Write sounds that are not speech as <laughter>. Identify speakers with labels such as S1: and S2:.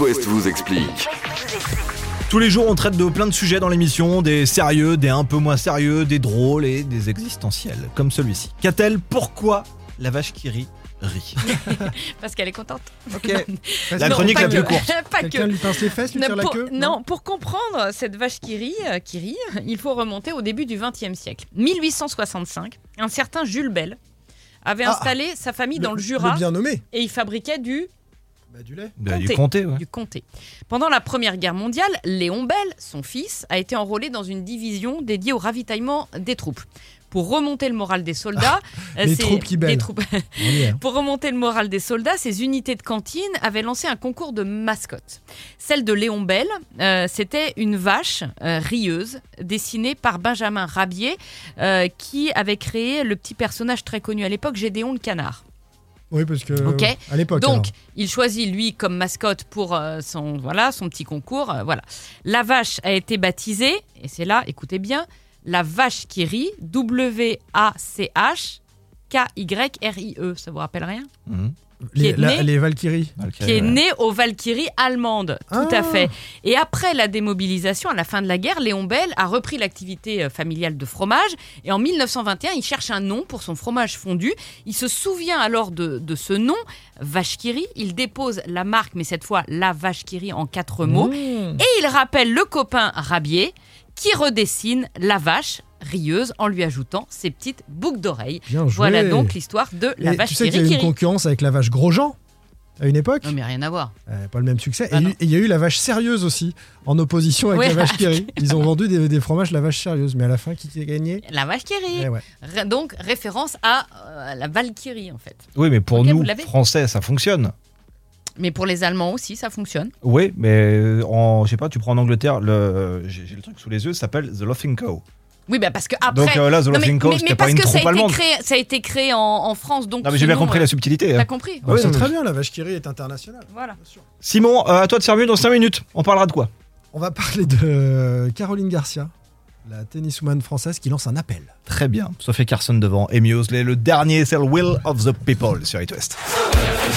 S1: West vous explique.
S2: Tous les jours, on traite de plein de sujets dans l'émission, des sérieux, des un peu moins sérieux, des drôles et des existentiels, comme celui-ci. Qu'a-t-elle Pourquoi la vache qui rit rit
S3: Parce qu'elle est contente.
S2: Ok. La
S3: <laughs> Non,
S2: chronique
S3: pas
S2: la plus
S3: que.
S2: courte.
S3: <laughs> pas que.
S4: Quelqu'un lui pince les fesses, lui
S3: Non,
S4: tire la
S3: pour,
S4: queue
S3: non, pour comprendre cette vache qui rit, euh, qui rit, <laughs> il faut remonter au début du XXe siècle. 1865, un certain Jules Bell avait
S4: Ah.
S3: installé sa famille dans le Jura
S4: bien nommé.
S3: et il fabriquait du,
S4: Bah, du lait.
S2: Bah, du
S3: Comté.
S2: comté, ouais.
S3: du comté. Pendant la Première Guerre mondiale, Léon Bell, son fils, a été enrôlé dans une division dédiée au ravitaillement des troupes. Pour remonter le moral des soldats, euh,
S4: <laughs> les
S3: c'est-
S4: troupes qui
S3: les
S4: bellent.
S3: troupes-
S4: On y
S2: hein.
S4: est.
S3: Pour remonter le moral des soldats, ces unités de cantine avaient lancé un concours de mascottes. Celle de Léon Bell, euh, c'était une vache euh, rieuse dessinée par Benjamin Rabier, euh, qui avait créé le petit personnage très connu à l'époque, Gédéon le canard.
S4: Oui, parce que.
S3: Ok.
S4: ouais, À l'époque.
S3: Donc,
S4: alors.
S3: il choisit lui comme mascotte pour euh, son voilà son petit concours. euh, voilà, la vache a été baptisée et c'est là, écoutez bien, la vache qui rit, W A C H K Y R I E. Ça vous rappelle rien?
S2: Mhm.
S3: qui
S4: les,
S3: est
S4: la-
S3: né-
S4: les Valkyries.
S2: Dans lequel,
S3: qui est
S2: ouais.
S3: né aux Valkyries allemandes. Tout
S4: Ah.
S3: à fait. Et après la démobilisation, à la fin de la guerre, Léon Bell a repris l'activité euh, familiale de fromage. Et en 1921, il cherche un nom pour son fromage fondu. Il se souvient alors de, de ce nom, Vachkiri. Il dépose la marque, mais cette fois la Vachkiri en quatre mots.
S4: Mmh.
S3: Et il rappelle le copain Rabier qui redessine la vache rieuse en lui ajoutant ses petites boucles d'oreilles.
S4: Bien joué.
S3: Voilà donc l'histoire de la
S4: Et
S3: vache
S4: Tu sais
S3: qui
S4: qu'il y
S3: rit,
S4: a eu
S3: qui
S4: une
S3: rit.
S4: concurrence avec la vache Grosjean à une époque.
S3: Non mais rien à voir.
S4: Euh, pas le même succès.
S3: Ah
S4: et
S3: non.
S4: et il y a eu la vache sérieuse aussi, en opposition avec
S3: Ouais.
S4: la vache qui rit. Ils ont vendu des, des fromages la vache sérieuse, mais à la fin, qui a gagné
S3: La vache qui rit.
S4: Eh ouais.
S2: Ah
S3: Ré- Donc, référence à euh, la Valkyrie, en fait.
S2: Oui, mais pour
S3: Ok, vous
S2: nous,
S3: l'avez
S2: Français, ça fonctionne.
S3: Mais pour les Allemands aussi, ça fonctionne.
S2: Oui, mais euh, en, je sais pas, tu prends en Angleterre, le, euh, j'ai j'ai le truc sous les yeux, ça s'appelle The Laughing Cow.
S3: Oui, bah parce que après.
S2: Donc euh, là, The
S3: Non, mais,
S2: Laughing Cow,
S3: mais-
S2: c'était
S3: mais
S2: pas
S3: parce
S2: une
S3: que ça
S2: troupe
S3: a, été
S2: allemande.
S3: créé, ça a été créé en, en France, donc.
S2: Non, mais j'ai bien
S3: sinon,
S2: compris
S3: euh,
S2: la subtilité.
S3: T'as
S2: hein.
S3: compris
S2: Ouais,
S4: c'est
S2: non, mais-
S4: très bien, la vache qui rit est internationale.
S3: Voilà.
S2: Simon, euh, à toi de faire mieux dans 5 minutes. On parlera de quoi
S4: On va parler de euh, Caroline Garcia, la tenniswoman française qui lance un appel.
S2: Très bien. Sophie Carson devant, Amy Osley, le dernier, c'est le Will of the People sur It West.